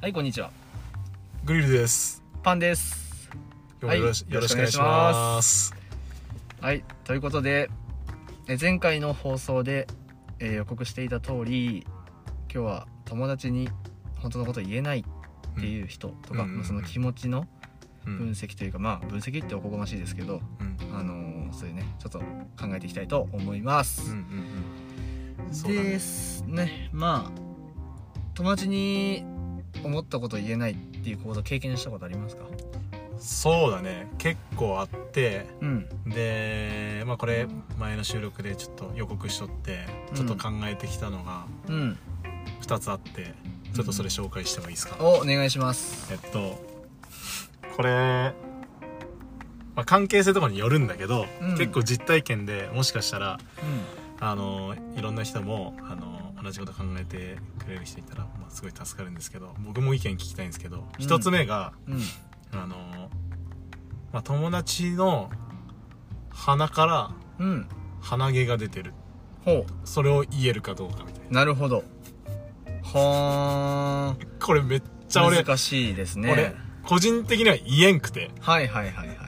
はいこんにちはグリルです。パンです今日もよろし,、はいよろしくお願いします。はいということでえ前回の放送で、えー予告していた通り今日は友達に本当のこと言えないっていう人とか、うんうんうんまあその気持ちのう分ん、析というか、まあ分析っておこがましいですけど、うん、あのーそういうねちょっと考えていきたいと思いまうん、うす、ん、そうだねですねまあ友達に思ったこと言えないっていうこと経験したことありますかうんそうだね。結構あって、うんで、まあこれ前の収録でちょっと予告しとって、ちょっと考えてきたのがうん2つあって、ちょっとそれ紹介してもいいですか。おお願いしますえっと、これ。まあ、関係性とかによるんだけど、うん結構実体験でもしかしたらうんあのいろんな人もあの同じこと考えてくれる人いたら、まあ、すごい助かるんですけど僕も意見聞きたいんですけど一、つ目がうんあの、まあ、友達の鼻からうん鼻毛が出てるほそれを言えるかどうかみたいうなるほどはなこれめっちゃあ俺、難しいですね俺個人的には言えんくてはいはいはいはい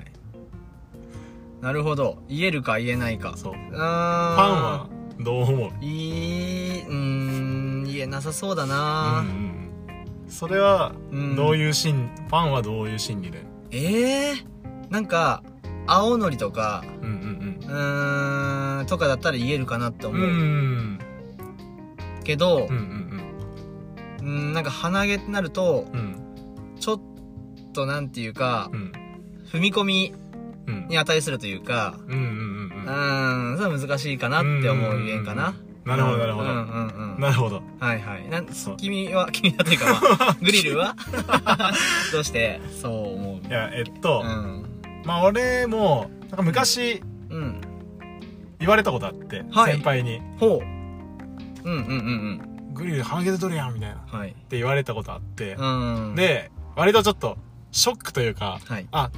なるほど言えるか言えないかそうフファンァンはどう思ういいうーん言えなさそうだなうんうんうんそれはうんどういう心、ファンはどういう心理でええなんか青のりとかうんうんうーんとかだったら言えるかなってうん思うう、んけどうんうんうんうんなんか鼻毛ってなるとうんちょっとなんていうかうん踏み込みうんに値するというかうんうんうんううんーんそれは難しいかなって思うゆえんかななるほどなるほど、うんうんうんなるほどはいはいなんそう君は君はというか、ま あ、グリルはどうしてそう思ういやえっと、うんまあ俺もなんか昔うん言われたことあって、はい先輩にほううんうんうん「グリル半毛で取るやん」みたいなっうんはいて言われたことあって、うんで割とちょっとショックというかはいあ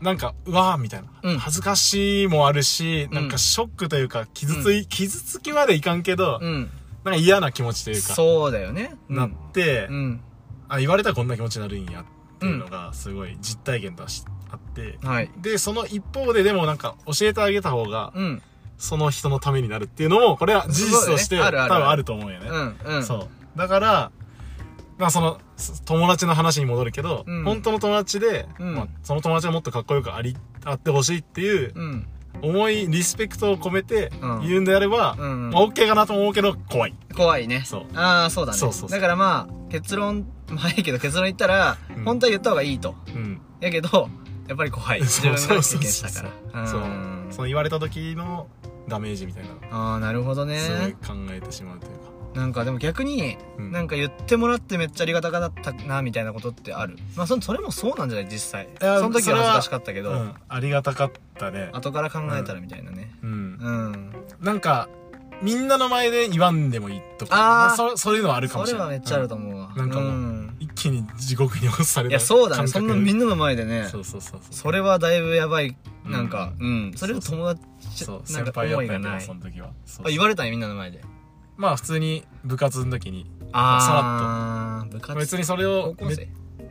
なんかうわーみたいな、うん恥ずかしいもあるし、うんなんかショックというか傷つい、傷つきまでいかんけど、うんなんか嫌な気持ちというかそうだよねうんなって、うんあ言われたらこんな気持ちになるんやっていうのがすごい実体験としてあって、はいで、その一方ででもなんか教えてあげた方が、うんその人のためになるっていうのも、これは事実としそて、うだ多ねあるある分あると思うよね。うんうんそう。だから、まあその、す友達の話に戻るけど、うん本当の友達で、うんまあ、その友達がもっとかっこよくあり、あってほしいっていう、うん思い、リスペクトを込めてうん言うんであれば、うんまあ OK かなと思うけど、怖い。怖いねそうああそうだねそうそうそうだからまあ結論まあいいけど結論言ったら、うん本当は言った方がいいとうん。やけどやっぱり怖い自 そ分うがそう経そうそう験したからそううんその言われた時のダメージみたいなの、ああなるほどねすごい考えてしまうというか。なんかでも逆にうんなんか言ってもらってめっちゃありがたかったなみたいなことってあるまあそそれもそうなんじゃない実際やその時それはは恥ずかしかったけど、うん、ありがたかったね。後から考えたらみたいなねうんう。ん、なんか、みんなの前で言わんでもいいとか、あーまそそういうのはあるかそもしれれない。はめっちゃあると思うわ、うんなんかもうんうん一気に地獄に落とされいたやそうだね感そ覚んなみんなの前でねそうそうそうそう。それはだいぶやばいうんなんかうん、それを友達そう、なん先か輩やっ思たいんがなやけど、いその時は。そうあ言われたねみんなの前でまあ普通に部活の時に、ああ部活別にそれ高を、校め生い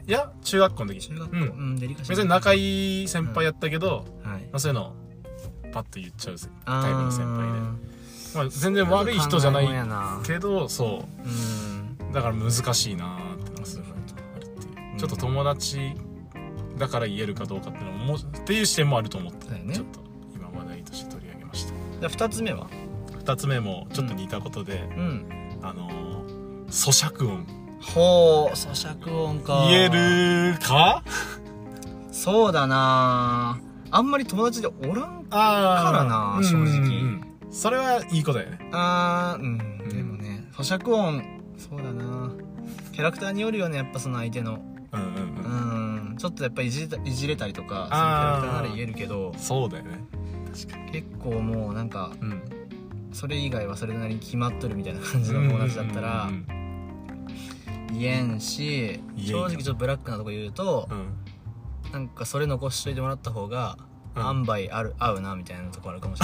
や、中学校の時。中学校う。うんんデリカシー別に仲いい先輩やったけど、はいまあそういうのをパッと言っちゃうぜあータイプの先輩で。まあ全然悪い人じゃな考えもんやいなけど、そう。うんだから難しいなーってのがすごいあるっていう、うんちょっと友達だから言えるかどうかっていうのももうっていう視点もあると思って、そうだよねちょっと今話題として取り上げましたじゃあ2つ目は2つ目もちょっと似たことで、うんあのー咀嚼音ほう咀嚼音か言えるかそうだなあんまり友達でおらんかあらな正直それはいいことだよねあーうん、んでもね咀嚼音そうだなキャラクターによるよねやっぱその相手のうんうんうん、うんちょっとやっぱいじれたいじれたりとかそのキャラあークターなら言えるけどそうだよね確かに結構もうなんかうんそれ以外はそれなりに決まっとるみたいな感じの友達だったらうんうん言えんし言えんよ正直ちょっとブラックなとこ言うとうんなんかそれ残しといてもらった方がうん塩梅ある合うなみたいなとこあるかもし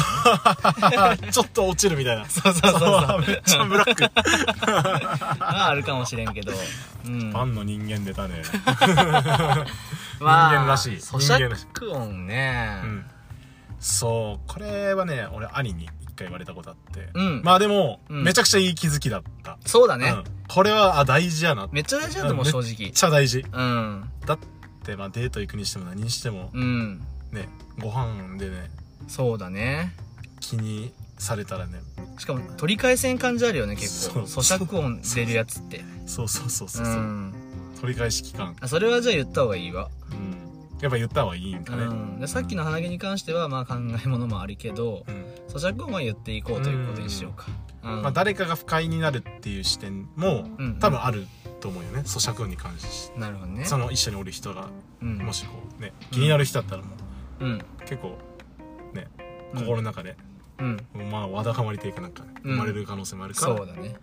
れない ちょっと落ちるみたいなそうそうそうそう めっちゃブラックはあるかもしれんけど、うん、パンの人間出たねまあ人間らしい人間咀らしい嚼音ねうんそうこれはね俺兄に一回言われたことあって、うんまあでも、うんめちゃくちゃいい気づきだった、そうだね、うん、これはあ大事やなめっめっちゃ大事だと思ううん正直ちゃ大事うんだってまあデート行くにしても何にしてもうんねご飯でねそうだね気にされたらねしかも取り返せん感じあるよね結構そう咀嚼音出るやつってそうそうそうそうう、うん取り返し期間、あそれはじゃあ言った方がいいわ、うん、やっぱ言った方がいいんうかね、ん、でさっきの鼻毛に関してはまあ考え物もあるけどうん咀嚼音は言っていこうということにしようかうん、まあ、誰かが不快になるっていう視点もうん多分あると思うよね咀嚼音に関してなるほどねその一緒におる人がうんもしこうね気になる人だったらもううん結構ねうん心の中で、うんまあわだかまりというかなんかねうん生まれる可能性もあるから、そうだね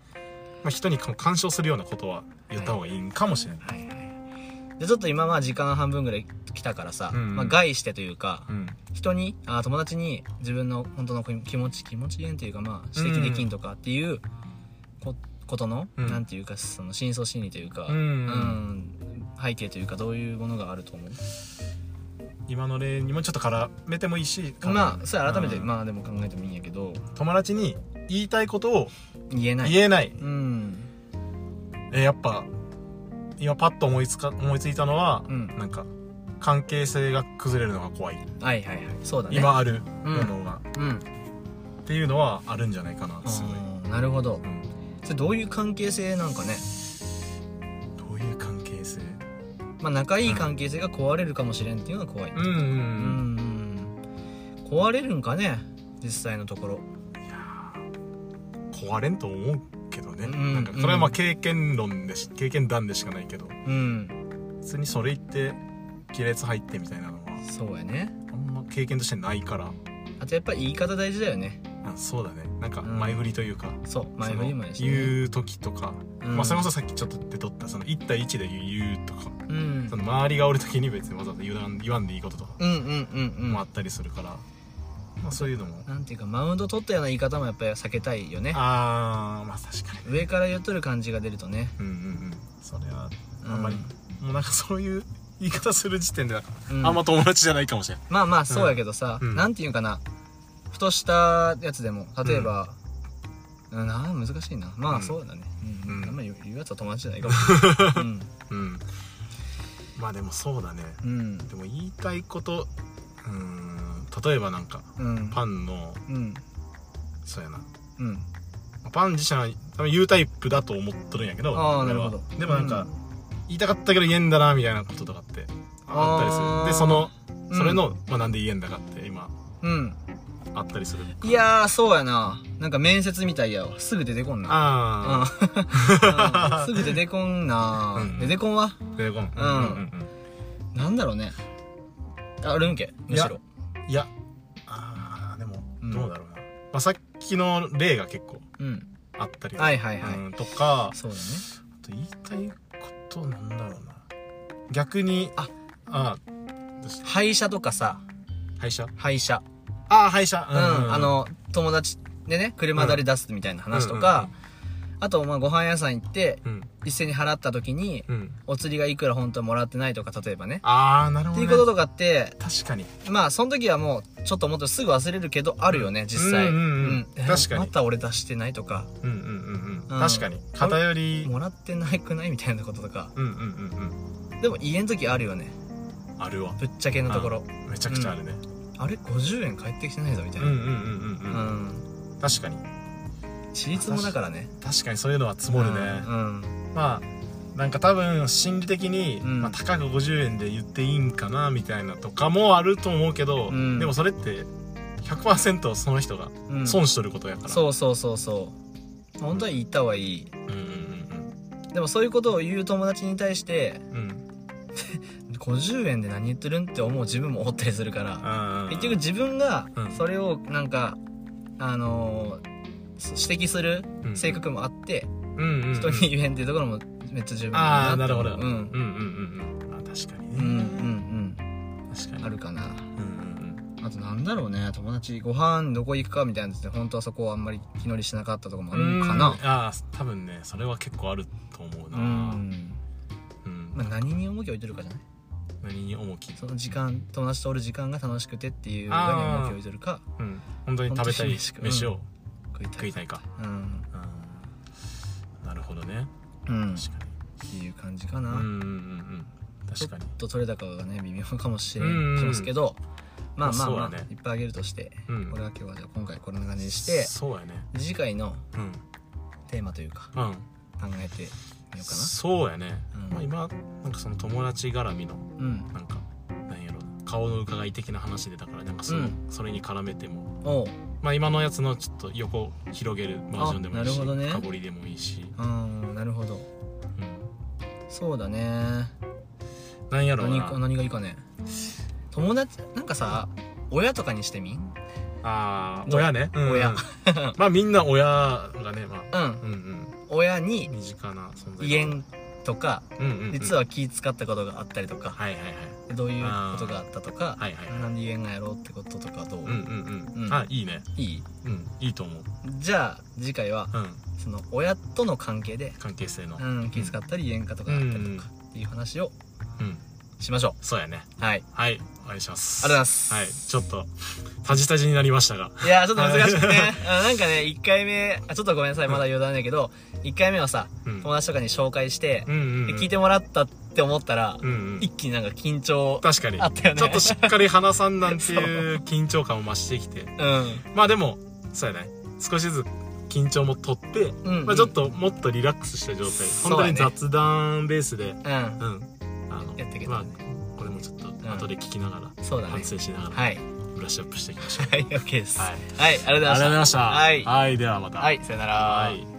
まあ、人にか干渉するようなことは言った方がいいんかもしれない、はいはいでちょっと今まあ時間半分ぐらい来たからさ、うんうんまあ、害してというか、うん人にあ友達に自分の本当の気持ち気持ち言えんというかまあ指摘できんとかっていうこことの、うんなんていうかその真相心理というか、うんうん背景というかどういうものがあると思う今の例にもちょっと絡めてもいいしまあそれ改めて、うんまあでも考えてもいいんやけど友達に言いたいことを言えない言えない、うんえーやっぱ今パッと思いつか思いついたのは、うんなんか関係性が崩れるのが怖い、はいはいはいそうだね今あるうんものが、うんっていうのはあるんじゃないかなすごい、あーなるほどうんそれどういう関係性なんかねどういう関係性まあ仲いい関係性が壊れるかもしれんっていうのが怖い、うんうんううん、ん壊れるんかね実際のところいやー壊れんと思うけどね、うんなんかこれはまうあん経験論でし経験談でしかないけどうん普通にそれ言って亀裂入ってみたいなのはそうやねあんま経験としてないからあとやっぱり言い方大事だよねあそうだねなんかうん前振りというか、そう前振りもやし、その言う時とか、うんまあ、それこそさっきちょっと出とったその1対1で言うとかうんその周りがおる時に別にわざわざ言わん言わんでいいこととかうんうんうんうん、もあったりするから、まあ、そういうのもなんていうかマウンド取ったような言い方もやっぱり避けたいよねあーまあ確かに上から言っとる感じが出るとねうんうんうんそれはうんあんまり、もうなんかそういう言い方する時点でなんか、うんあんま友達じゃないかもしれないまあまあそうやけどさ、うんなんていうかなふとしたやつでも例えば、うん、なあ難しいなまうあんそうだね、うんうんあんまり言う言うやつは友達じゃないかもしれないうんまあでもそうだねうんでも言いたいことうーん例えばなんかうんうんパンのうんそうやなうんパン自身は多分言うタイプだと思っとるんやけどああ俺なるはほどでもなんか、言いたかったけど言えんだなみたいなこととかってあったりすあーるでそのうんそれの、まあ、なんで言えんだかって今うんあったりするいやーそうやななんか面接みたいやわすぐ出てこんなああうんすぐ出てこんなうん出てこんわ でごめんうんなんだろうねあるんけむしろいやあーでもうんどうだろうな、まあ、さっきの例が結構うんあったりはいはいはいうんとかあそうだねと言いたいことなんだろうな逆にああどうした廃車とかさ廃車廃車ああ廃車うんあの友達でね車だれ出すみたいな話とかあとまあご飯屋さん行ってうん一斉に払った時にうんお釣りがいくら本当はもらってないとか例えばねああなるっほてど、いね、うこととかって確かにまあその時はもうちょっと思ってすぐ忘れるけどあるよね実際うんうんうんえ確かにまた俺出してないとかうんうんうんううんん確かに偏りもらってないくないみたいなこととかうんうんうんでも家の時あるよねうんあるわぶっちゃけのところめちゃくちゃあるねあれ50円返ってきてないぞみたういんうんなうんううんうんん確かに私立もだからね確かにそういうのは積もるねうんまあなんか多分心理的に、うんまあ、高く50円で言っていいんかなみたいなとかもあると思うけど、うんでもそれって100%その人がうんうん損しとることやから、そうそうそうそう本当は言った方がいいうんうんでもそういうことを言う友達に対してうんうんうん50円で何言ってるんって思う自分もおったりするからあー結局自分がうんそれをなんかあのー指摘する性格もあってうんうんうん人に言えんっていうところもめっちゃ十分ああだなるとほ思どうううんうんんうんうんあ確かにうんうんね、うん確かにあるかなうんうんうんうんあとなんだろうね友達ご飯どこ行くかみたいなやつで本当はそこをあんまり気乗りしなかったとかもあるのかうなんああ多分ねそれは結構あると思ううな、うんんまあ、何に重きを置いてるかじゃない何に重きその時間友達とおる時間が楽しくてっていうあー何に重きを置いてるかうん本当に食べたい本当に飯か飯を食いた食いいたいか、うん、うん、なるほどねうん、っ確かていう感じかにな、うんうんうんうん確かにちょっと取れ高がね微妙かもしれうんうんないですけど、まあまあままあ、あそうだねいっぱいあげるとして、うん俺は今日はじゃあ今回こんな感じにしてそうやね次回のうんテーマというかうん考えてみようかそうやね、うんまあ、今なんかその友達絡みのなうんなんかなんやろ顔の伺い的な話でだからなんかそ,、うのんそれに絡めても、おうまあ、今のやつのちょっと横広げるバージョンでもいいあなるし、ほどね深掘りでもいいし、うんなるほどうそうだねん、なんやろ何なか何がいいかね友達なんかさ親とかにしてみんあーどう親ね、うん親 まあみんな親がね、まあ、うんうんうん親に身近な存在言えんとかうんうんうん、実は気使ったことがあったりとかはいはいはいどういうことがあったとかはいはいはいなんで言えんがやろうってこととかどううんうんうん、うんあいいねいいうんいいと思うじゃあ次回はうんその親との関係で、関係性のう、ん、気遣ったり言えんかとかあったりとかっていう話をうん、しましょそうやねうはいはいお願いしますありがとうございますはいちょっとタジタジになりましたがいやーちょっと難しくてね あなんかね1回目あちょっとごめんなさいまだ余談だけど1回目はさうん友達とかに紹介して、うんうん、うでん、聞いてもらったって思ったら、うんうん一気になんか緊張確かに、あったよねちょっとしっかり話さんなん ていう緊張感を増してきてうんまあでもそうやね少しずつ緊張も取って、うんうんまあ、ちょっともっとリラックスした状態、そう本だ当ねに雑談ベースでうんうんあのやっていけたまらあねこれもちょっとん後で聞きながら、そうだね反省しながらはいブラッシュアップしていきましょうはい OK ですはいはい、ありがとうございましたありがとうございましたはいはいではまたはいさよならはい